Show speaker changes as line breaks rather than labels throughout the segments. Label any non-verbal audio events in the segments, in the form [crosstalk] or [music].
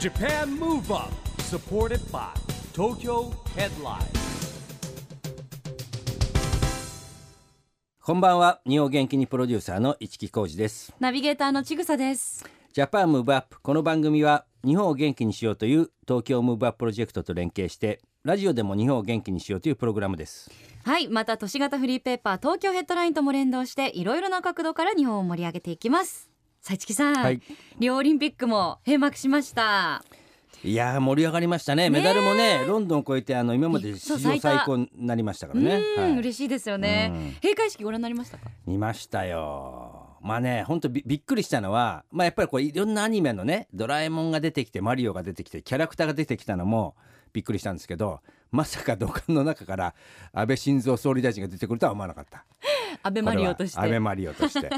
JAPAN MOVE UP SUPPORTED BY TOKYO HEADLINE
こんばんは日本元気にプロデューサーの市木浩司です
ナビゲーターのちぐさです。
ジャパンムーブアップこの番組は日本を元気にしようという東京ムーブアッププロジェクトと連携してラジオでも日本を元気にしようというプログラムです
はい、また都市型フリーペーパー東京ヘッドラインとも連動していろいろな角度から日本を盛り上げていきます。さいちきさん、
はい
リオオリンピックも閉幕しました。
いやー盛り上がりましたねメダルもねロンドンを超えてあの今まで史
そう
上
最多
最高になりましたからね
う
は
ん、
い
嬉しいですよね
うん。
閉会式ご覧になりましたか。
見ましたよまあね本当びびっくりしたのはまあやっぱりこういろんなアニメのね「ドラえもん」が出てきて「マリオ」が出てきてキャラクターが出てきたのもびっくりしたんですけどまさか土管の中から安倍晋三総理大臣が出てくるとは思わなかった
安倍マリオとして。
これは安倍マリオと
[laughs]
して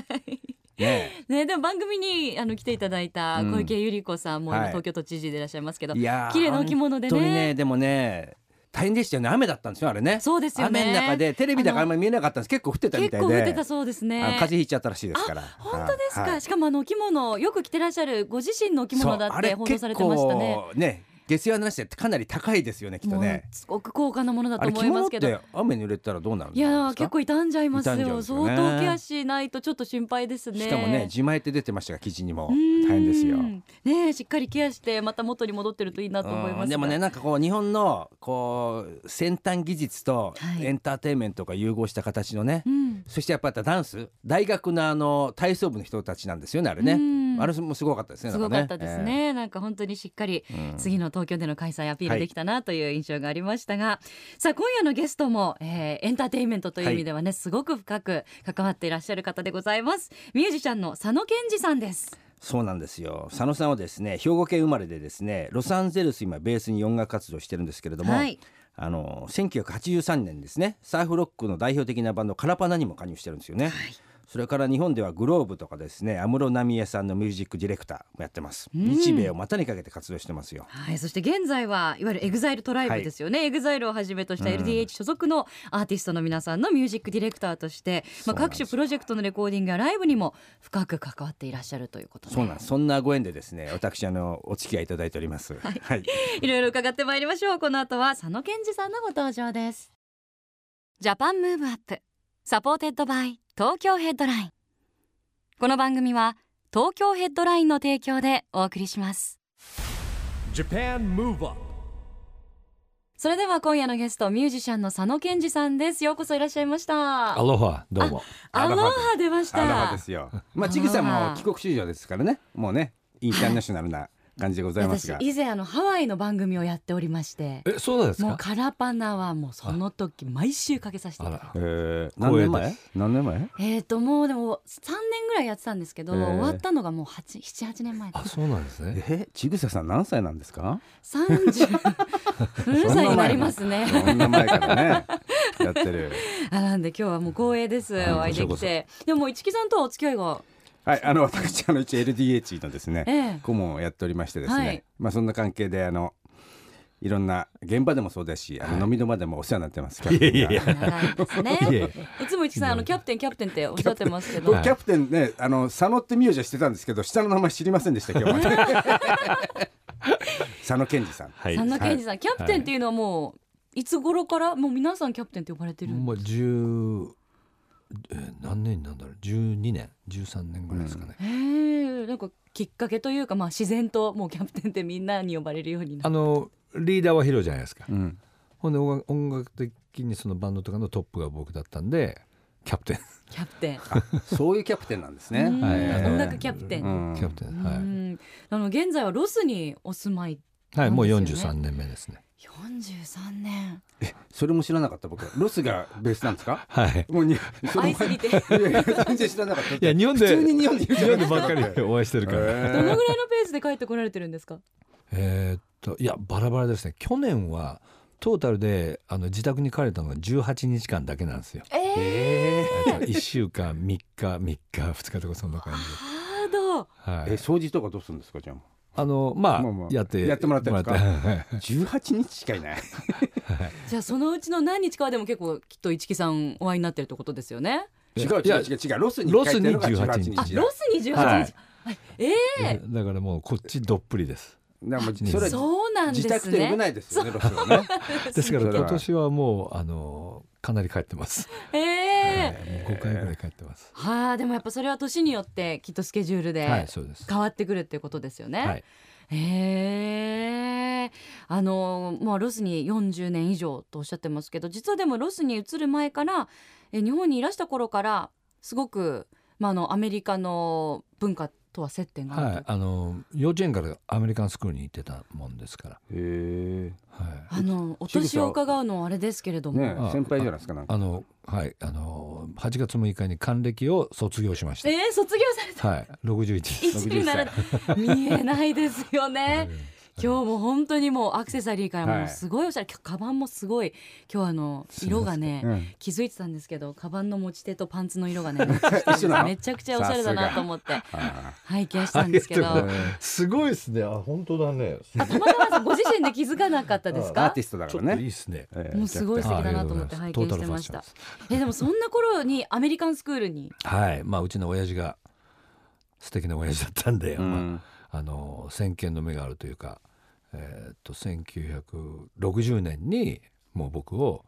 ね
ね、でも番組にあの来ていただいた小池百合子さんも、
はい
東京都知事でいらっしゃいますけど、
えいやー
綺麗なお着物でね
本当にねでもね大変でしたよね雨だったんですよあれね
そうですよね
雨の中でテレビだからあんまり見えなかったんです結構降ってたみ
結
たいで
構降ってたそうです
あ
ね
の風邪ひいちゃったらしいですから
本当ですか、
はい
しかもあのお着物よく着てらっしゃるご自身のお着物だ
そう
っ
あれ
て報道されてましたね
結構ね月曜の話ってかなり高いですよねきっと
もう
ね
すごく高価なものだ
あ
と
れ
思
着
いま
物っ
すけど
て雨に濡れたらどうなるん
い
ですか
やー結構傷んじゃいますよ
傷んじゃうんですよね
相当ケアしないとちょっと心配ですね
しかもね自前って出てましたが記事にも
うーん
大変ですよ
ねえしっかりケアしてまた元に戻ってるといいなと思いますが
うんでもねなんかこう日本のこう先端技術と
はい
エンターテインメントが融合した形のね、
うん
そしてやっぱりダンス大学のあの体操部の人たちなんですよねあれ
う
ね
ん
あれもすごかったですね
すごかったです
なん
ね、なんか本当にしっかり次の東京での開催アピールできたなという印象がありましたが、さあ今夜のゲストも、えーエンターテインメントという意味ではね、すごく深く関わっていらっしゃる方でございますミュージシャンの佐野健二さんです
そうなんですよ佐野さんはですね兵庫県生まれでですねロサンゼルス今ベースに音楽活動してるんですけれども、
はい
あの1983年ですねサーフロックの代表的なバンドカラパナにも加入してるんですよね、それから日本ではグローブとかですね安室奈美恵さんのミュージックディレクターもやってます、日米を股にかけて活動してますよ
はい、そして現在はいわゆるエグザイルトライブですよね、エグザイルをはじめとした LDH 所属のアーティストの皆さんのミュージックディレクターとして、
そう
まあ、
なんで
各
すよ
種プロジェクトのレコーディングやライブにも深く関わっていらっしゃるということで
そうなんですそんなご縁でですね私あのお付き合いいただいておりますはい、
いろいろ伺ってまいりましょうこの後は佐野健二さんのご登場ですジャパンムーブアップサポーテッドバイ東京ヘッドラインこの番組は東京ヘッドラインの提供でお送りします
JAPAN MOVE UP
それでは今夜のゲストミュージシャンの佐野健二さんですようこそいらっしゃいました
アロハどうも
アロハ出まし
アロハ
た
ですよまあちぐさん
あ
も
ー
帰国子女ですからねもうねインターナショナルな感じでございます
私
が
以前あのハワイの番組をやっておりまして
えそうなんです
もう
か
カラパナはもうその時毎週かけさせてい
あ
ただいて
ら
えー何
光栄
年前
です
何年前
えー、ともうでも3年ぐらいやってたんですけど、
えー
終わったのがもう8 78年前
あそうなんですね
えちぐささん何歳なんですか
30うるさいになりますね
そんな前からね [laughs] やってる
あなんで今日はもう光栄です
はい
お会いで
こ
き
ちら
てでももう市木さんとはお付き合いが
はいあの私あの一応 LDH のですね、
え
[laughs]
え
顧問をやっておりましてですね、
はい
まあそんな関係であのいろんな現場でもそうですし、あの飲みの場でもお世話になってますキャプテンが
いやいやいや
長いですね
いえ
いつも市木さんあのキャプテンキャプテンっておっしゃってますけど、
僕キャプテンねあの佐野って名字はしてたんですけど下の名前知りませんでした今日まで [laughs] 佐野健二さん
はい
佐野健二さん、キャプテンっていうのはもういつ頃からもう皆さんキャプテンって呼ばれてるん
もう10えー何年になんだろう12年13年ぐらいですかね、
へえなんかきっかけというか、まあ、自然ともうキャプテンってみんなに呼ばれるようにな
あ
っ
のリーダーはヒロじゃないですか、
うん
ほんで音楽音楽的にそのバンドとかのトップが僕だったんでキャプテン
キャプテン、
そういうキャプテンなんですね
うん
はい
あ音楽キャプテン、
うん
キャプテン
う
は
んあの現在はロスにお住まい
い、はい、もう
なんですよ
43
ね
年目ですね
43年
それも知らなかった僕ロスがベースなんですか
はい
もうにその
会いす
[laughs]
ぎてど
い
の
やいや全然知らなかった
いや日本で
普通に日本でいるじゃ
日
ない
本でばっかり [laughs] お会いしてるから、
ぐらいのペースで帰ってこられてるんですか
えーっといやバラバラですね去年はトータルであの自宅に帰れたのが18日間だけなんですよ
えー、
え
えーっと1週間3日3日2日とかそんな感じ
ハード
はい
え掃除とかどうするんですかじゃあ
あのまあ、
まあまあ
やって
やってもらってるんです
も
か
らって
18日しかいない
じゃあそのうちの何日かはでも結構きっと市木さんお会いになってるってことですよね
違う
いや
違う違う違うロスに書いてるのが18
ロスに18日
日
あロス28日、
はい [laughs]
ええ
だからもうこっちどっぷりです
だからもうそれは
そうなんです
自
ね
宅と呼べないですよねロシアはね。
ですから
それは
今年はもうあのかなり帰ってます。
ええ
もう5回ぐらい帰ってます。
はあでもやっぱそれは年によってきっとスケジュール
はい
で
そうです。
変わってくるっていうことですよね。
はい
へえあのまあロスに40年以上とおっしゃってますけど実はでもロスに移る前からえ日本にいらした頃からすごく、まあ、あのアメリカの文化とは接点がある
はい
と、
あの幼稚園からアメリカンスクールに行ってたもんですから。
へ
はい。
あのお
ちぐ
年
さ
を伺うのはあれですけれど
え
も、
ねえ
あ
先輩じゃないですかなんか。
あのはいあの8月6日に還暦を卒業しました。
えー、卒業された
はい61です。
一になら見えないですよね。今日も本当にもうアクセサリーからもうすごいおしゃれ、カバンもすごい今日あの色がね、
うん
気づいてたんですけどカバンの持ち手とパンツの色がね
一緒なの
めちゃくちゃおしゃれだなと思って
あ
拝見したんですけど
あ
あ
りが
た
とう
ま
すごいですね。あ本当だね。
たまさんご自身で気づかなかったです
あアー
か
ティストだ
ち
か
ょっ
ら
といい
ね。
ですね。
え
もうすごい素敵だなと思って
あ
拝
りがとう
見
ござ
して
いま
ますしたえでもそんな頃にアメリカンスクールに
はい、まあうちの親父が素敵な親父だったんで、
えうん
まあ、あの先見の目があるというか、えーっと1960年にもう僕を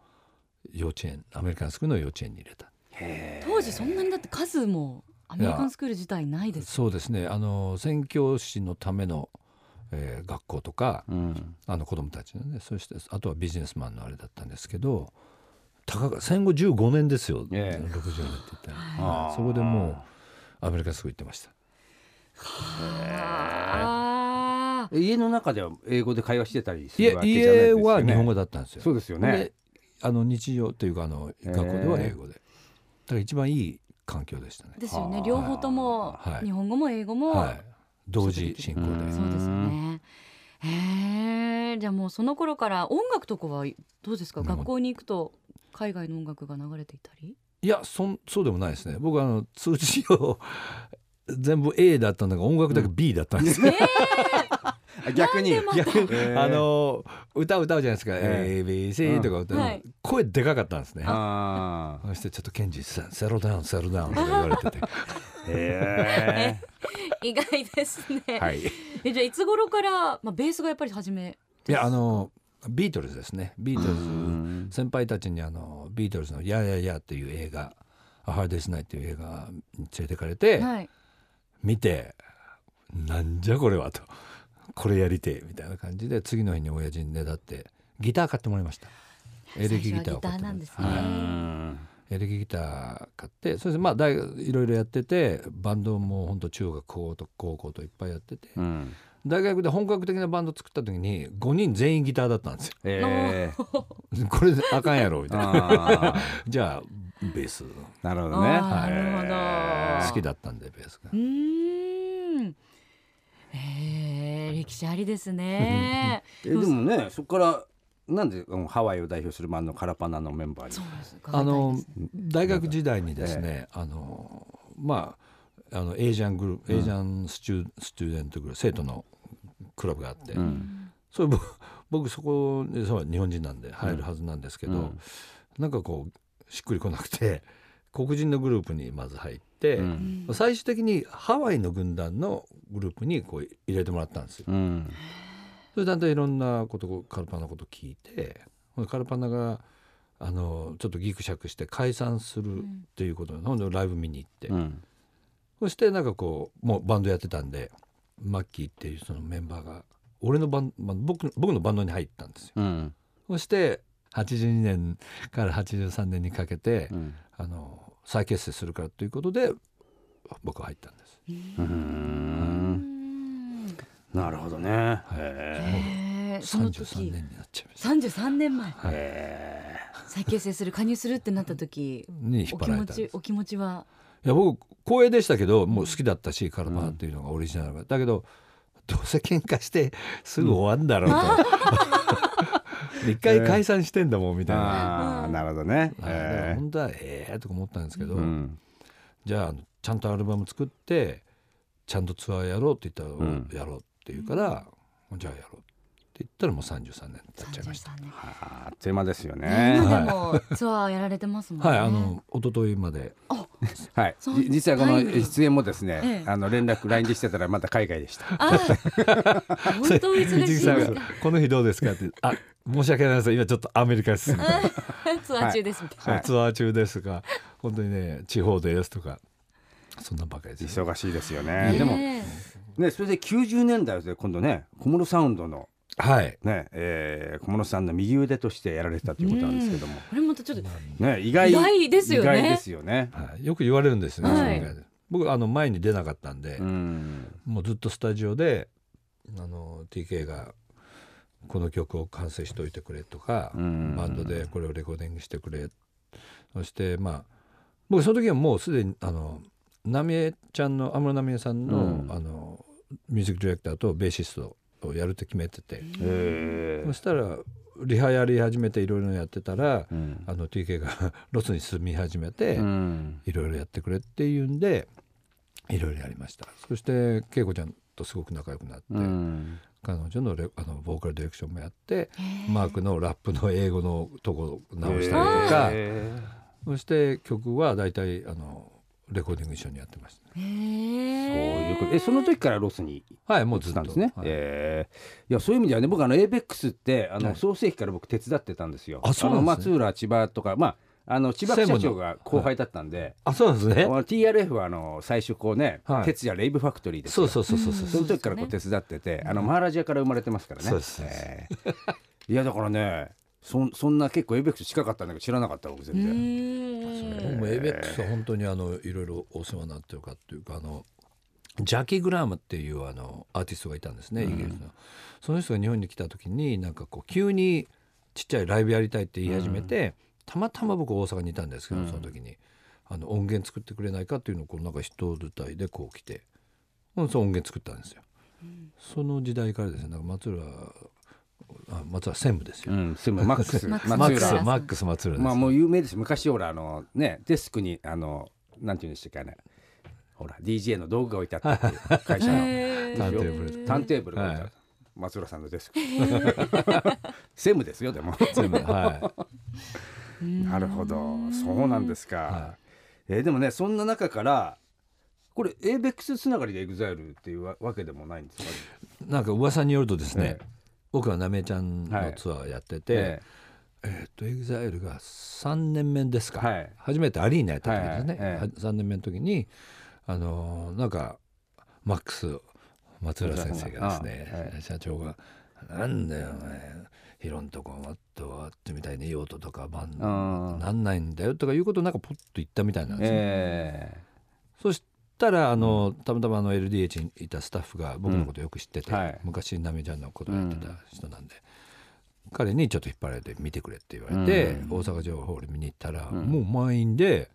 幼稚園アメリカンスクールの幼稚園に入れた。
当時そんなにだって数もアメリカンスクール自体ないです
そうですね。あの宣教師のための、えー学校とか、
うん
あの子供たちのね、そしてあとはビジネスマンのあれだったんですけど、たかが戦後15年ですよ。
ええ
60年って言ったら、
あー
そこでもうアメリカンスクール行ってました。
あー
家の中では英語で会話してたりす
い
る
や
わけじゃないです
家
よね。
は日本語だったんですよ。
そうですよね
で。あの日常というかあの
へー
学校では英語で、だから一番いい環境でしたね。
ですよ
は
ね
あ
両方とも
はい
日本語も英語も、
はい、同時進行で、
うん
そうですよね。へえ、じゃあもうその頃から音楽とかはどうですか。
うん
学校に行くと海外の音楽が流れていたり。
いやそんそうでもないですね。僕あの通知を全部 A だったんだが音楽だけ B だったんですよ。
あ逆に
なんでまた
逆に
あの歌歌うじゃないですか、
え
ABC とか歌う、
はい
声でかかったんですね。
あ
そしてちょっとケンジさんセロダウンセロダウンとか言われ
[laughs]
てて、
ーへ
[laughs] 意外ですね。
[laughs]
はい。
え、じゃあいつ頃からまあベースがやっぱり始め。
いやあのビートルズですねビートル
ん
ズ先輩たちにあのビートルズの「ややや」っていう映画「ハーデスナイ」っていう映画に連れてかれて、
はい。
見て「なんじゃこれは」と「これやりてえ」みたいな感じで次の日に親父にねだってギター買ってもらいましたエレキギターを買ってもらいました
最初はギターなんですね
は
え
いエレキギター買ってそれでまあ大学いろいろやっててバンドも本当中学高校高校といっぱいやってて
うん
大学で本格的なバンド作った時に5人全員ギターだったんですよ
え
[laughs]
ー
これあかんやろみたいな
あ
[laughs]
[laughs]
じゃあベース
ーなるほどね。
あーなるほど
へー
好きだったんでベースが
うーん。えー、歴史ありですね。
えでもねそこからなんでうんハワイを代表するバンドカラパナのメンバー
そう
に
です。
あ
伺いたい
の
です
大学時代にですねあのまああのエージャングループエージャンスチュスチューデントグループ生徒のクラブがあって、
うん
それ僕 [laughs] 僕そこにそう日本人なんで入るはずなんですけど、
うん
なんかこうしっくりこなくて黒人のグループにまず入って、
うん
最終的にハワイの軍団のグループにこう入れてもらったんですよ。
うん
それだんだんいろんなことをカルパナのことを聞いてほんでカルパナがあのちょっとギクシャクして解散するっていうことなのほんでライブ見に行って、
うん
そしてなんかこうもうバンドやってたんでマッキーっていうそのメンバーが俺のバンバン僕の僕のバンドに入ったんですよ。
うん
そして82年から83年にかけて、
うん
あの再結成するからということで僕は入ったんです。
う
うんん
なるほどね。へ
えー、その
33
時。
年になっちゃいました。
三十三年前。
ーへ
再結成する加入するってなった時
に引
お
っ張
気
られ
持
たんです
ちお気持ちはい
や僕光栄でしたけどもう好きだったしカルパナっていうのがオリジナルだだけどどうせ喧嘩してすぐ終わんだろうと、 [laughs] 一回解散してんだもんみ
ー
たいな、
あーなるほどね。
はいだから
へ
本当はええとか思ったんですけど、
ーうん
じゃああのちゃんとアルバム作ってちゃんとツアーやろうって言ったら、
うん
やろうって言うから、じゃあやろうって言ったらもう33年経っ
三
ちゃいま
十
した。
三年。
あーあっという間ですよね。
今でもツアーやられてますもんね。
はい、あの一昨日まで
あ
はい
そう。
じ実はこの
タイムリー
出演もですね、
ええ
あの連絡 LINE でしてたらまた海外でした。
あー、本当お忙しい
藤
で
木
す
さ
か
ん。が「この日どうですか?」って「あ申し訳ないです今ちょっとアメリカです」みたい
ツアー中ですみたいな。
な「ツアー中です」が「本当にね地方です」とかそんなんばっかりですよ
忙しいですよね。
ね
でもね、それで90年代で今度ね、小室サウンドの
はい
ね、えー、小室さんの右腕としてやられてたということなんですけども、
これまたちょっと
ね、意外
意外ですよね
意外ですよね。
はいよく言われるんですね、
はい
自分が僕あの前に出なかったんで、
うん。
もうずっとスタジオであの TK がこの曲を完成しといてくれとか、
うん
バンドでこれをレコーディングしてくれそしてまあ僕その時はもうすでにあの浪江ちゃんの安室奈美恵さんの,、
うん
あのミュージックディレクターとベーシストをやるって決めてて、
え
そしたらリハやり始めていろいろやってたら、
うん
あの TK が [laughs] ロスに住み始めて。
うん
いろいろやってくれっていうんでいろいろやりましたそして恵子ちゃんとすごく仲良くなって、
うん
彼女のレあのボーカルディレクションもやってマークのラップの英語のとこを直したりとか、
え
そして曲は大体あのレコーディング一緒にやってましたね、
へ
ーそういうこと
ー
えその時からロスに
はいもうずっ
移っ
と
たんですね。
はい
えーいやそういう意味ではね僕あの ABEX ってあの、
はい
創成期から僕手伝ってたんですよ。
あそうなんですね
あの松浦千葉とかまああの千葉
専
社
務の
長が後輩だったんで、
あそうなんです
あ
ね
の TRF はあの最初こうね、
はい
徹夜レイブファクトリーです
そ
よ
うそうそうそうそう、
その時からこう手伝ってて、あのマハラジアから生まれてますからね。
そうです
えーいやだからね、そんそんな結構エイベックス近かったんだけど知らなかった僕全
う
然。
ーん
もう ABEX は本当にあのいろいろお世話になってるかっていうかあのジャッキー・グラームっていうあのアーティストがいたんですねイギリスの、その人が日本に来た時になんかこう急にちっちゃいライブやりたいって言い始めて、たまたま僕大阪にいたんですけどその時に、あの音源作ってくれないかっていうのをこうなんか人伝いでこう来て、うん、そう音源作ったんですよ、その時代からですねなんか松浦あ松浦専務です
う
よ、
ん、すみマックス、
マックス
松
マ
浦
ックス
松浦
マックス松浦です、
まあもう有名です昔ほらあのねデスクにあのなんていうんでしたっけねほら DJ の道具が置いてあったっていう
[laughs]
会社の
へー
ターンテーブル
ターンテーブルが置いてある
はい
松浦さんのデスク [laughs] セムですよでも
全部はい
なるほどそうなんですか、
は
えーでもねそんな中からこれ ABEX つながりで EXILE っていうわわけでもないんですか
なんか噂によるとですね、
ええ
僕はなめちゃんのツアーやってて、
え
えーっとエグザイルが3年目ですか、
はい
初めてアリーナやった時ですね、
はいはいえ
3年目の時にあのーなんかマックス松浦先生がです
松浦さんがああ
ね
は
社長が「なんだよお前ヒロんとこもっとあってみたいに用途とかバン
ー、うん
なんないんだよ」とかいうことをなんかポッと言ったみたいなんですね。
え
そしたらあのたまたまあの LDH にいたスタッフが僕のことよく知ってて、
うんはい
昔なめちゃんのことをやってた人なんで、彼にちょっと引っ張られて見てくれって言われて、
う
大阪城ホール見に行ったら、
ん
もう満員で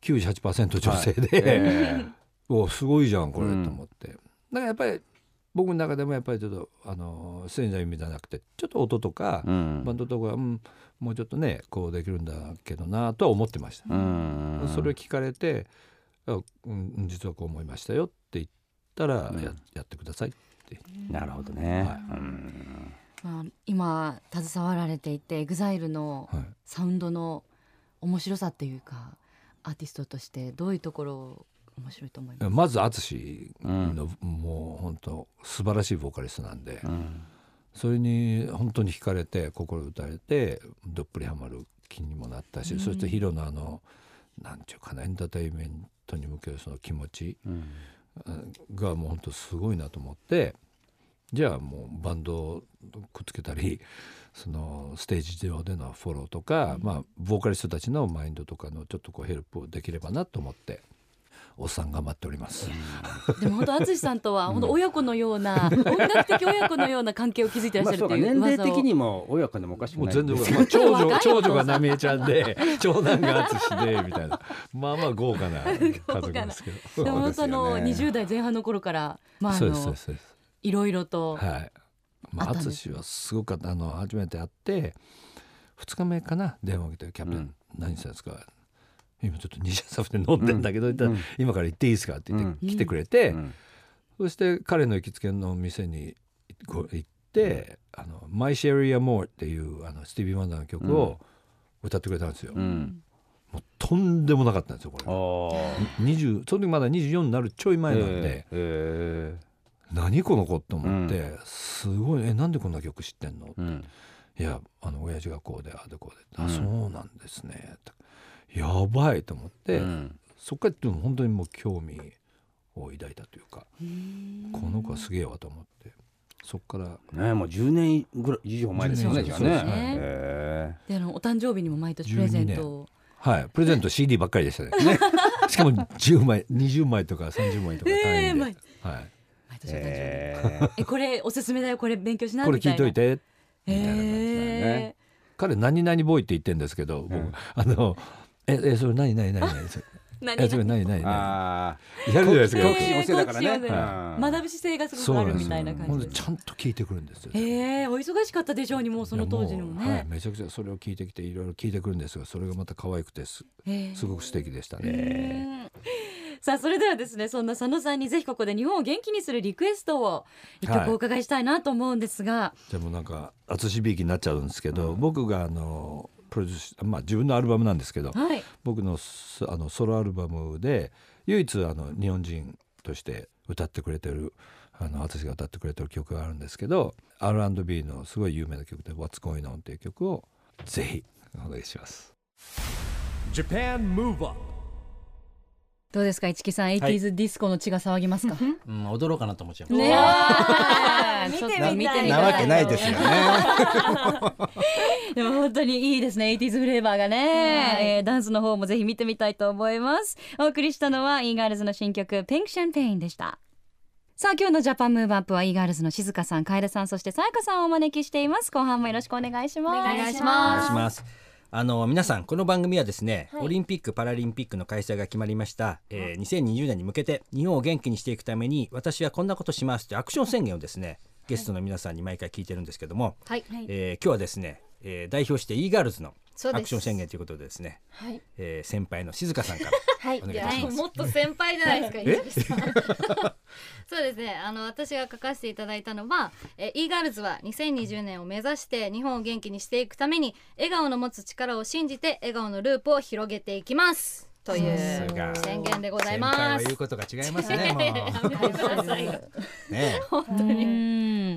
98%女性で、
ーえ
[laughs] おすごいじゃんこれと
うん
思って、だからやっぱり僕の中でもやっぱりちょっとあの出演者の意味じゃなくてちょっと音とか、
ーう
[laughs]
ん
バンドとか、うん、もうちょっとねこうできるんだけどなとは思ってました。
うん
それ聞かれて「あうん実はこう思いましたよ」って言ったらや,、やってくださいって
なるほどね、
はい
うん
まあ、今携わられていて EXILE の
はい
サウンドの面白さっていうかアーティストとしてどういうところ面白いと思います
まず淳の、もう本当素晴らしいボーカリストなんで、
うん
それに本当に惹かれて心打たれてどっぷりハマる気にもなったし、そしてヒロのあのなんていうかなエンターテインメントに向けるその気持ち
うん
がもう本当すごいなと思ってじゃあもうバンドをくっつけたりそのステージ上でのフォローとか、まあ、ボーカリストたちのマインドとかのちょっとこうヘルプをできればなと思っておっさん頑張っております。
でも本当淳さんとは本当親子のような、音楽的親子のような関係を築いてらっ
まあ
しゃる
そ
っ
う
て
か年
いう
齢
噂を、
的にも親子でもおかしく
もう
ない
全
んで
然
すけ
まあ
[laughs]
長
若い
女
お父さん
長女がなみえちゃんで長男が淳でみたいなまあまあ豪華な家族ですけど
[laughs]
でも
そう
本
です
当あ
よね
の20代前半の頃から、まあ、あ
そうですそう
の
ですそうです
いろいろと、
はい。まあ
あったんです
淳はすごかったあの初めて会って2日目かな電話を受けて「キャプテン、
うん
何してんですか?」今ちょっと西朝で飲んでんだけど、言ったら今から行っていいですか?」って言って、
うん
来てくれて、
うん
そして彼の行きつけの店にこう行って「あの My Sherry Amore」っていうあのスティービー・ワンダーの曲を歌ってくれたんですよ。
うん
もうとんでもなかったんですよこれが
あ
20その時まだ24になるちょい前なんで、
え
何この子と思って、すごい「えなんでこんな曲知ってんの?」
うん
いやあの親父がこうでああでこうで」あ
うん
そうなんですね」とやばい」と思って、
うん
そっからでも本当にもう興味を抱いたというかこの子はすげえわと思ってそっから
ねもう10年ぐらい以上前ですよね
10
じ
年
ゃ
そ
あね
うです
へ
ね
え
であのお誕生日にも毎年プレゼントを
はいプレゼント CD ばっかりで
[laughs]
したねしかも10枚20枚とか30枚とか単位で、
ええ
はい、
毎年お誕生日、え
ええ
これおすすめだよこれ勉強しな
これ
みたい
聞い
な
といて
へ
みたいな感じ
だよね
え
彼何々ボーイって言ってんですけど僕、
うん
あのええそれ何何何何それ
何
えそれ
々
何何何
ああ
やるじゃないですか
好奇心旺盛だからね
好奇心旺
うん
盛学ぶ姿勢がす
そ
ご
う
くあ
なん
る
ですよ
みたいな
ほ
感
ん
じ
で
で
ちゃんと聞いてくるんですよ。
ええお忙しかったでしょうにもうその当時のも
いやうはい、
ね
めちゃくちゃそれを聞いてきていろいろ聞いてくるんですがそれがまた可愛くてす
へえ
すごく素敵でしたね。
うんさあそれではですねそんな佐野さんにぜひここで日本を元気にするリクエストを一
は
曲
い
お伺いしたいなと思うんですが、
でもなんか厚しびきになっちゃうんですけど、僕があのプロデュースまあ自分のアルバムなんですけど、
はい
僕のすあのソロアルバムで唯一あの日本人として歌ってくれてるあの私が歌ってくれてる曲があるんですけど R&B のすごい有名な曲で「What's Going On」っていう曲をぜひお願いします。
Japan Move Up
どうですか一木さん、エイティーズディスコの血が騒ぎますか。
うん、驚かなと思っちゃいます。
ねえ、 [laughs] ちょっと見てみたい。
なわけないですよね。
[laughs] でも本当にいいですね、エイティーズフレーバーがね、えーダンスの方もぜひ見てみたいと思います。お送りしたのは、イーガールズの新曲、ピンクシャンペインでした。さあ今日のジャパンムーブアップはイーガールズの静香さん、楓さん、そしてさやかさんをお招きしています。後半もよろしくお願いします。お願いし
お
ま
願いしますあの皆さんこの番組はですね、オリンピック・パラリンピックの開催が決まりました、えー2020年に向けて日本を元気にしていくために私はこんなことしますというアクション宣言をですねゲストの皆さんに毎回聞いてるんですけども、
はい、
えー今日はですね、えー代表して e ガールズの
そうです
アクション宣言ということでですね
はい、
えー先輩の静香さん
[laughs]
から
はい、
お願い
じ
い
ゃ
た
あ
します
もっと先輩じゃないですか、伊藤さん [laughs] そうですね、あの私が書かせていただいたのは、えー、e ガールズは2020年を目指して日本を元気にしていくために笑顔の持つ力を信じて笑顔のループを広げていきますという
さすが
宣言でござい
先輩
ま
は
す
言う。ことが違いますね。もう
やめてく [laughs] ださいよ
ね
本当
う
に。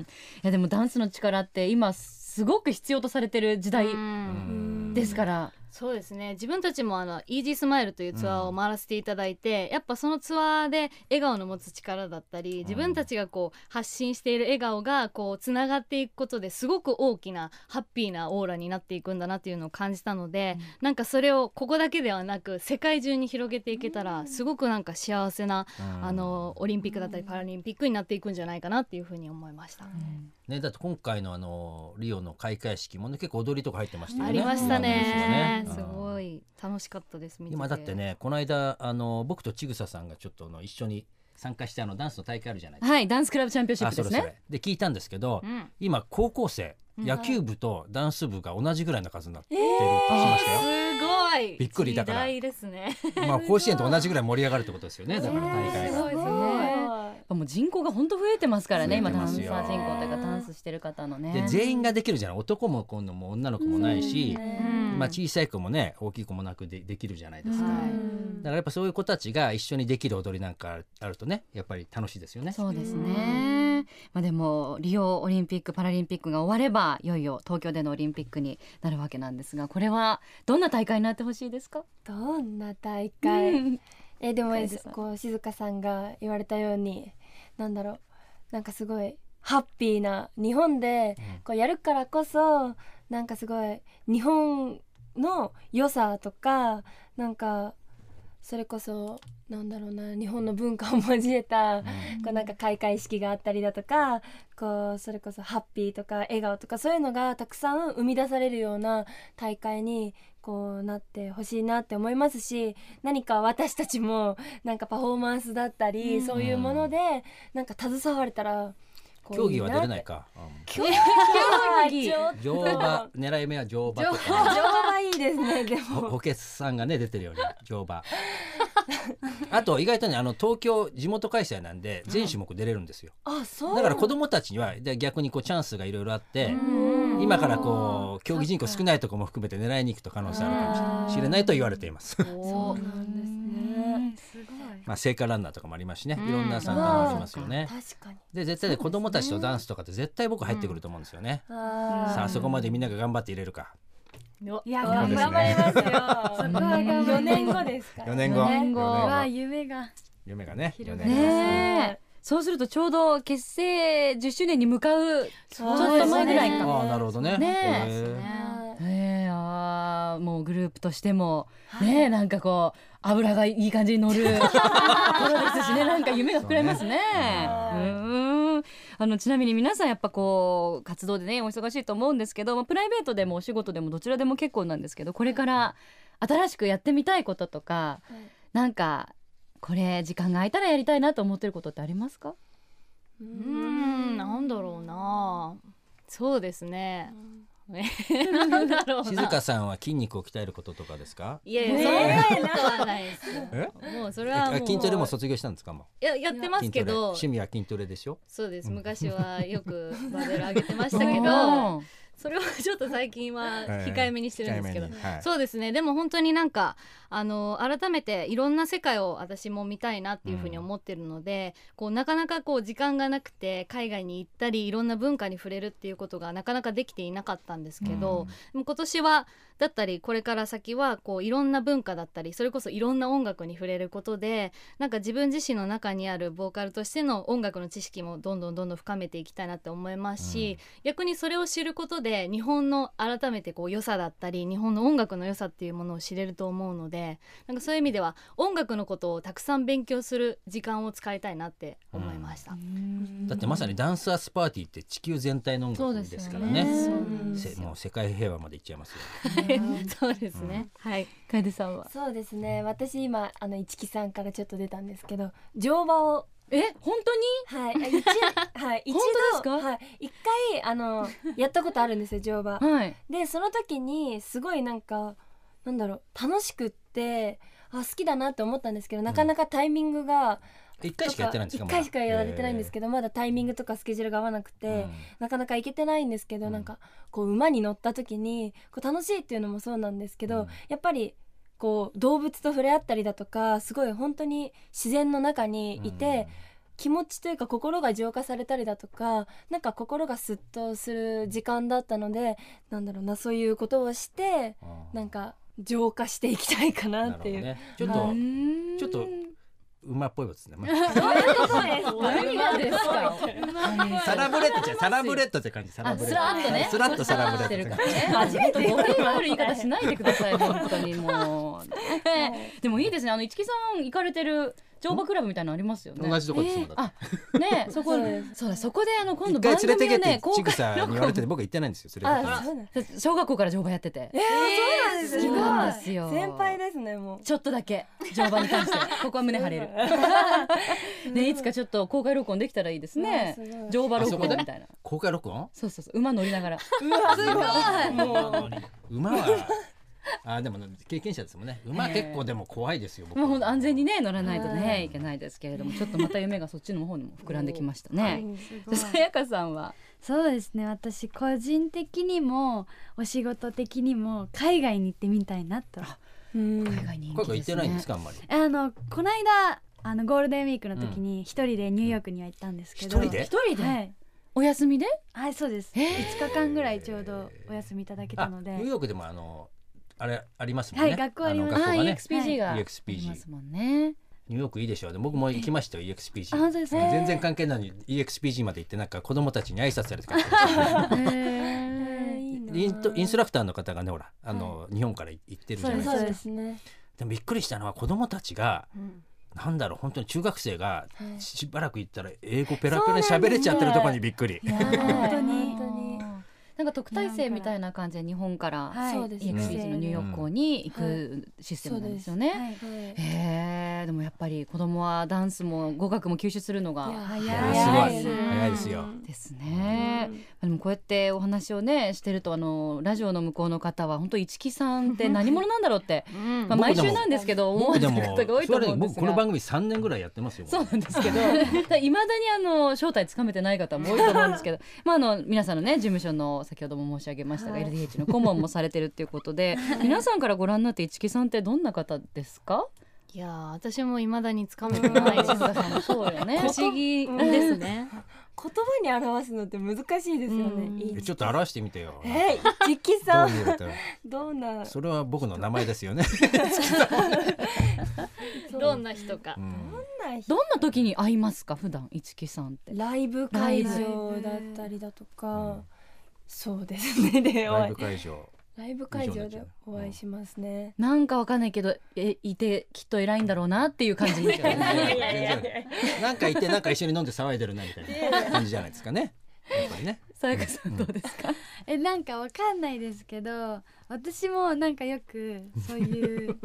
んいやでもダンスの力って今すごく必要とされてる [laughs] 時代
うん
ですから。
そうですね自分たちもあのイージースマイルというツアーを回らせていただいて、やっぱそのツアーで笑顔の持つ力だったり自分たちがこう発信している笑顔がこうつながっていくことですごく大きなハッピーなオーラになっていくんだなっていうのを感じたので、なんかそれをここだけではなく世界中に広げていけたらすごくなんか幸せな、 [laughs] あのオリンピックだったりパラリンピックになっていくんじゃないかなっていうふうに思いました。
ね、だって今回のあのリオの開会式もね、結構踊りとか入ってましたよね。
ありましたね。
うん
すごい楽しかったです。見てて
今だってね、この間あの僕とちぐささんがちょっとあの一緒に参加してあのダンスの大会あるじゃないですか。
はい、ダンスクラブチャンピオンシップです
あそれ
ね。
それで聞いたんですけど、
うん
今高校生野球部とダンス部が同じぐらいの数になってるって聞きましたよ。
すごい
びっくりだから
時代ですね
まあ甲子園と同じぐらい盛り上がるってことですよね。だから大会が。
すご
もう人口が本当増えてますからね、
増
今
えてま
ダンサ
す
ー
よ
人口というかダンスしてる方の
で
ね。
全員ができるじゃない男も今度も女の子もないし、
うん
まあ、小さい子もね大きい子もなくでできるじゃないですか、
は
だ
い
からやっぱそういう子たちが一緒にできる踊りなんかあるとねやっぱり楽しいですよね。
そうですね。まあでもリオオリンピックパラリンピックが終わればいよいよ東京でのオリンピックになるわけなんですが、これはどんな大会になってほしいですか？
どんな大
う
会
ん
えでも
楓さん
こう静香さんが言われたようになんだろうなんかすごいハッピーな日本でこうやるからこそなんかすごい日本の良さとかなんかそれこそなんだろうな日本の文化を交えた、こうなんか開会式があったりだとかこうそれこそハッピーとか笑顔とかそういうのがたくさん生み出されるような大会にこうなってほしいなって思いますし何か私たちもなんかパフォーマンスだったり、そういうものでなんか携われたらこう
競技は出れないいか。うん
競技
技
ちょっと
乗馬狙い目は乗馬とか、
乗馬いいですねで
ほ
も
補欠さんがね出てるように乗馬。あと意外とねあの東京地元開催なんで全種目出れるんですよ。
[laughs] あそう
だから子供たちにはで逆にこうチャンスがいろいろあって、
うんうん
今からこう競技人口少ないとこも含めて狙いに行くと可能性あるかもしれないと言われています。
そうなんですね
すごい
[laughs] まあ聖火ランナーとかもありますしね、
うん
いろんな参加もありますよね。
確かに
で絶対で子供たちとダンスとかって絶対僕入ってくると思うんですよね。
あ
さあそこまでみんなが頑張って入れるか。
いや
そう
頑
ですね
張り
[laughs]
ます
そ
よ
こは頑張ります
4年後ですか
4年後。
年後
四
わあ夢が
夢がね。
広がります
ねえそうするとちょうど結成10周年に向かう
ち
ょっと前ぐらいか
ああなるほどね。
ねえ
へえ
ええああもうグループとしても、ねえなんかこう油がいい感じに乗るところですしねなんか夢が膨らみますね。うーんあのちなみに皆さんやっぱこう活動でねお忙しいと思うんですけど、まあ、プライベートでもお仕事でもどちらでも結構なんですけどこれから新しくやってみたいこととか、
はい
なんかこれ時間が空いたらやりたいなと思ってることってありますか
う
う
ーんなんだろうなそうです
[laughs]
ねなんだろう
静香さんは筋肉を鍛えることとかですか。
いやいやそんなことはないですよ
え
もうそれは
あ
もう
筋トレも卒業したんですかも
いややって
う。
ます
筋ト
け
レ。
ど
趣味は筋トレでしょ。
そうです昔はよくバーベル上げてましたけど
おー
それはちょっと最近は控えめにしてるんですけど
控えめにはい
そうですねでも本当になんかあの改めていろんな世界を私も見たいなっていうふうに思ってるので、こうなかなかこう時間がなくて海外に行ったりいろんな文化に触れるっていうことがなかなかできていなかったんですけど、でも今年はだったりこれから先はこういろんな文化だったりそれこそいろんな音楽に触れることでなんか自分自身の中にあるボーカルとしての音楽の知識もどんどんどんどん深めていきたいなって思いますし、逆にそれを知ることで日本の改めてこう良さだったり日本の音楽の良さっていうものを知れると思うのでなんかそういう意味では音楽のことをたくさん勉強する時間を使いたいなって思いました。
だってまさにダンスアスパーティーって地球全体の音
そうで
楽
すよね
ですからね。
そう
せもう世界平和までいっちゃいますよ。
[laughs] そうですね、はい
楓さんは
そうですね私今あの一木さんからちょっと出たんですけど乗馬を
え本当に
はいあ一
[laughs]
はい一度
本当ですか
はい一回あのやったことあるんですよ乗馬
はい
でその時にすごいなんかなんだろう楽しくってあ好きだなって思ったんですけどなかなかタイミングが
一回しかやってないんですか。
1
まだ
回しかやられてないんですけどまだタイミングとかスケジュールが合わなくて、
うん
なかなか行けてないんですけど、
うん
なんかこう馬に乗った時にこう楽しいっていうのもそうなんですけ
う
ど、
ん
やっぱりこう動物と触れ合ったりだとかすごい本当に自然の中にいて、気持ちというか心が浄化されたりだとかなんか心がすっとする時間だったのでなんだろうなそういうことをして
うんうん
なんか浄化していきたいかなっていう。
なるほどねちょっと
はい
ちょっと馬っぽいですね。
何がですか
[laughs] サラブレッドじゃサラブレッドって感じ。サラブレッド。
スラーっとね
スラッとサラブレッドって感じ。
初めて語弊がある言い方しないでください本当にもうでもいいですねあの一木さん行かれてる乗馬クラブみたいなのありますよね
同じとこですもんだって
あね
[laughs]
そこ
そうです
そうだそこであの今度
一
番
回連れてけ
組を
っ
ね
て
公
ちぐ
開
さに言われてて僕は行ってないんですよ。
[laughs]
連れてけ
あ、そうなんです。
小学校から乗馬やってて
えー、そうなんです。
好きなんですよ
先輩ですね、もう。
ちょっとだけ乗馬に関してここは胸張
[laughs]
れるねいつかちょっと公開録音できたらいいですね
うわすごい
乗馬録
あそこ
音
で
みたいな
公開録音？
そうそうそう馬乗りながら
馬は。あでも経験者ですもんね。馬結構でも怖いですよ。僕
まあ、ほんと安全にね乗らないとねいけないですけれどもちょっとまた夢がそっちの方にも膨らんできましたね。じゃあさやかさんは
そうですね私個人的にもお仕事的にも海外に行ってみたいなとあ
うん
海外に
今回行ってないんですかあんまり。
のこの間あのゴールデンウィークの時に一人でニューヨークには行ったんですけど、
一人で
一人で、
はい、
お休みで
はい、そうです
へ
5日間ぐらいちょうどお休みいただけた
あ
の
ニ
で
ューヨークでもあのあれありますもんね。
はい学校あります
の学校がね。
はい
が
EXPG
いますもんね。
ニューヨークいいでしょう。で僕も行きましたよ EXPG。
あ本当ですか
全然関係ないのに EXPG まで行ってなんか子供たちに挨拶されて帰ってました
いいな
イントインストラクターの方がねほらあの、日本から行ってるじゃないですか
そうですね。
でもびっくりしたのは子供たちが、なんだろう本当に中学生が
はい
しばらく行ったら英語ペラペラ喋れちゃってるところにびっくり、
本当に
本当に
なんか特待生みたいな感じで日本から、
はい
そうです
EXPG の
ね。
ニューヨーク校に行くシステムなんですよね。
はい
はい
へえでもやっぱり子供はダンスも語学も吸収するのが
い
い
や
や
ー
ー
早い
すごい
な
早いですよ
ですね。でもこうやってお話をねしてるとあのラジオの向こうの方は本当一木さんって何者なんだろうって、まあ、
僕
毎
でも
週なんですけど思わ
僕
れ
で
た
も
方が多いと思うんで
僕
す
この番
が。
組3年ぐらいやってますよ
そうなんですけど、
[laughs] [laughs]
いまだにあの正体つかめてない方も多いと思うんですけど、まああの皆さんのね事務所の先ほども申し上げましたが、LDH の顧問もされてるっていうことで、皆さんからご覧になって一木さんってどんな方ですか
いやー私も未だにつかめてないしさんもそうよね不思議ですね
言葉に表すのって難しいですよ
う
ね
ん
いい
ちょっと表してみてよ。
えいちき
ど
さ
う見える
ん
か
どんな
それは僕の名前ですよ
[laughs]
ね。
[laughs] どんな人か
うん
どんな人
どんな時に会いますか普段一木さんって。
ライブ会場だったりだとかそうですねでお
ライ
会い
ブ会場。
ライブ会
以上に
場
なっ
で
ちゃう
お会いしますね
なんかわかんないけどえいてきっと偉いんだろうなっていう感じですよ
全然
ね。
全然なんかいてなんか一緒に飲んで騒いでるなみたいな感じじゃないですかね。やっぱりね。
さやかさんどうです [laughs] か。
えなんかわかんないですけど私もなんかよくそう [laughs] いう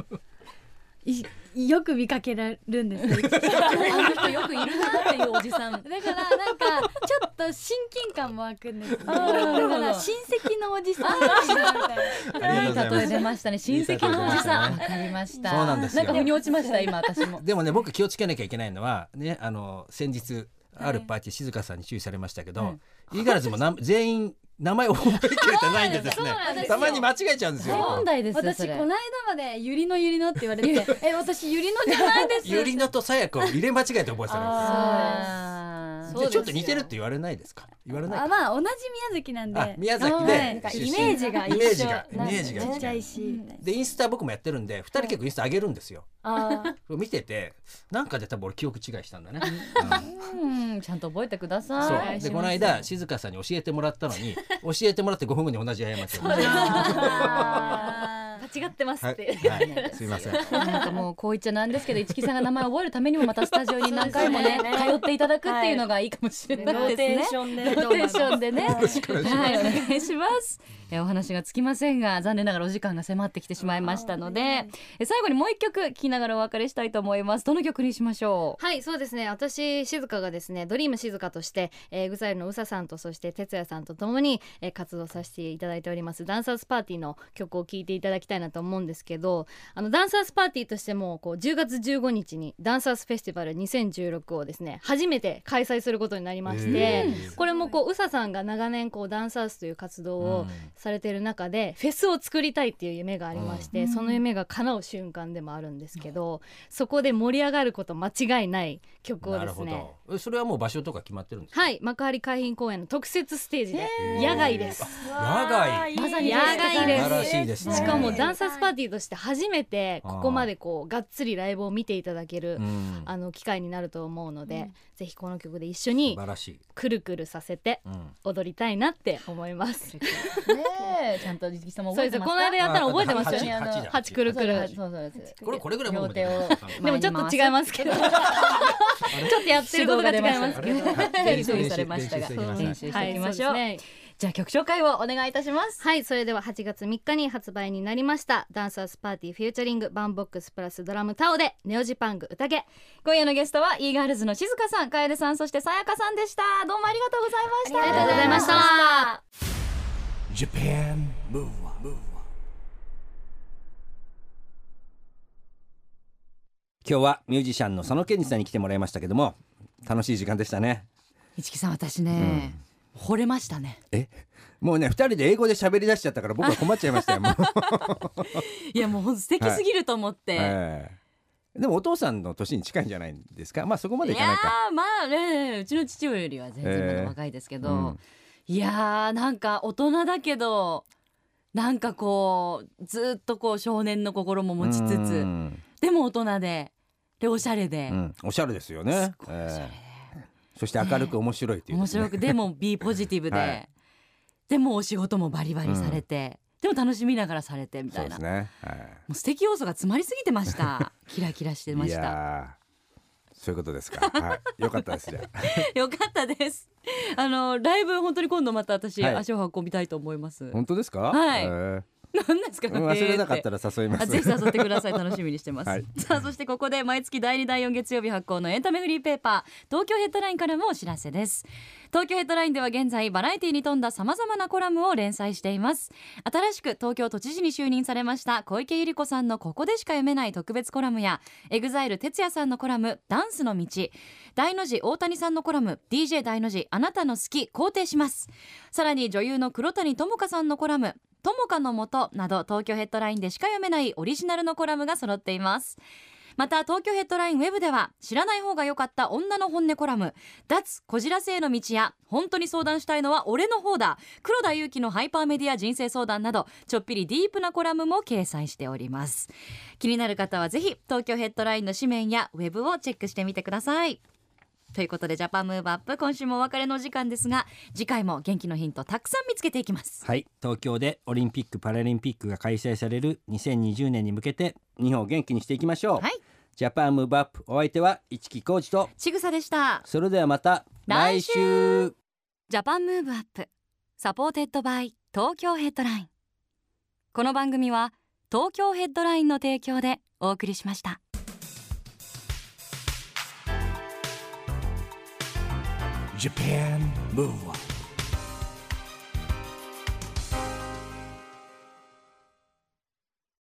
いよく見かけられるんですよ
あの人よくいるなっていうおじさん。
だからなんかちょっと親近感も湧くんですよだから親戚のおじさんみたいない
あ
いい例え出
す。
ましたね。親戚のおじさん。わかりました。
そうなんですよ
か腑に落ちました今私も。
でもね僕気をつけなきゃいけないのはねあの先日あるパーティー静香さんに注意されましたけど、い、いからずもな全員名前を覚えきれてないんでですね
なんですよ
たまに間違えちゃうんです
問
よ。
題ですよ
私
そ
この
れ
間。まで「ゆりのゆりの」って言われて「え私ゆりのじゃないです」
ゆりのとさやかを入れ間違えて覚えてたん
あ
です
ー
じゃあちょっと似てるって言われないですか言われない
あ
か
まあ同じ宮崎なん
あ
で
宮崎
は
で
い
なんか
出身
イメージが
イメー
一
ジ
緒
がイメ
なんで
ージ
す
が違
ね
う
ちっちゃいし
でインスタ僕もやってるんで2人結構インスタ上げるんですよ。
あー
見ててなんかで多分俺記憶違いしたんだね。
うんちゃんと覚えてくだ
うん
さ
そう
い。
でこの間静香さんに教えてもらったのに教えてもらって5分後に同じ過ちを。
あー
間違ってます
は
っ
い
て、
はい、すいません。
なんかもうこういっちゃなんですけど一木さんが名前を覚えるためにもまたスタジオに何回もね
そうですね
通っていただくっていうのがいいかもしれ
ロ
ないで
ー
すね
テ。ーショ
[laughs]
ンで
ローテーションでね。
ろしくお願いします
はい、お願いします。えーお話がつきませんが、残念ながらお時間が迫ってきてしまいましたので、えー最後にもう一曲聴きながらお別れしたいと思います。どの曲にしましょう。
はいそうですね私静香がですねドリーム静香として、えー、グザイルのうささんとそして哲也さんとともに、えー、活動させていただいておりますダンサーズパーティーの曲を聴いていただきたいなと思うんですけどあのダンサーズパーティーとしてもこう10月15日にダンサーズフェスティバル2016をですね初めて開催することになりまして、
えー
これもこううささんが長年こうダンサーズという活動をされてる中でフェスを作りたいっていう夢がありまして、その夢が叶う瞬間でもあるんですけど、そこで盛り上がること間違いない曲を
な
で
る
す
ほ
ね
ど。えそれはもう場所とか決まってるんですか。
はい幕張海浜公園の特設ステージで
へー
野外です、
野外。
まさ
に
に
野外です
素晴らしいですね。
しかも
だ。
ダンサースパーティーとして初めてここまでこうがっつりライブを見ていただける、
うん。
あの機会になると思うので、ぜひこの曲で一緒
素
に
晴らしい。
くるくるさせて
うん。
踊りたいなって思います。
ねえ、ちゃんと一木さんも
そう
覚
で
えて
すこ
ます
の
か
間。やったの覚えてますよ
あ
ね。
八だ
八くるくる。
そうそうそう
これこれぐらいもう
両手を
でもちょっと違いますけど。ちょっ [laughs] とやってることが違いますけど。
練習されましたが
練習してきま
練
し
習していきましょう,、
はいそうですね
じゃあ曲紹介をお願いいたします
はいそれでは8月3日に発売になりましたダンサースパーティーフューチャリングバンボックスプラスドラムタオでネオジパング宴
今夜のゲストは e ガールズの静香さん楓さんそしてさやかさんでしたどうもありがとうございました
ありがとうございました
Japan Move Up
今日はミュージシャンの佐野健二さんに来てもらいましたけども楽しい時間でしたね
一木さん私ね、惚れましたね
もうね二人で英語で喋り出しちゃったから僕は困っちゃいましたよもう、
いやもうほんと素敵すぎると思って、
ええでもお父さんの年に近いんじゃないですかまあそこまでい
い
かない
や
か
ーまあねうちの父親よりは全然まだ若いですけど、
えーうん
いやーなんか大人だけどなんかこうずっとこう少年の心も持ちつ
う
つ
ん
でも大人ででおしゃれで、
うんおしゃれですよね
すごいおしゃれで
ええそして明るく面白いっていうで
面
すね、
白く
[laughs]
でも B ポジティブで、
はい
でもお仕事もバリバリされて、でも楽しみながらされてみた
そうで
いな
すね、は
もう素敵要素が詰まりすぎてました
[laughs]
キラキラしてま
い、い
した
やーそういうことですか、はい、よかったですじゃあ
よかったですあのライブ本当に今度また私、
はい
足を運びたいと思います
[laughs] 本当ですか、
はい
えー
何なんですか
うん忘れなかった
ら
ら誘います
ぜひ誘ってください楽しみにしてます、
はい
[laughs] さあそしてここで毎月第2第4月曜日発行のエンタメフリーペーパー東京ヘッドラインからもお知らせです東京ヘッドラインでは現在バラエティに富んださまざまなコラムを連載しています新しく東京都知事に就任されました小池百合子さんのここでしか読めない特別コラムやエグザイル哲也さんのコラムダンスの道大の字大谷さんのコラム DJ 大の字あなたの好き肯定しますさらに女優の黒谷友香さんのコラム「友香のもと」など東京ヘッドラインでしか読めないオリジナルのコラムが揃っていますまた東京ヘッドラインウェブでは知らない方が良かった女の本音コラム脱こじらせへの道や本当に相談したいのは俺の方だ黒田祐樹のハイパーメディア人生相談などちょっぴりディープなコラムも掲載しております気になる方はぜひ東京ヘッドラインの紙面やウェブをチェックしてみてくださいということでジャパンムーブアップ今週もお別れの時間ですが次回も元気のヒントたくさん見つけていきます
はい東京でオリンピック・パラリンピックが開催される2020年に向けて日本を元気にしていきましょう、
はい
ジャパンムーブアップお相手は市木浩二と
ちぐさでした
それではまた
来
来週
ジャパンムーブアップサポーテッドバイ東京ヘッドラインこの番組は東京ヘッドラインの提供でお送りしました
Japan Move Up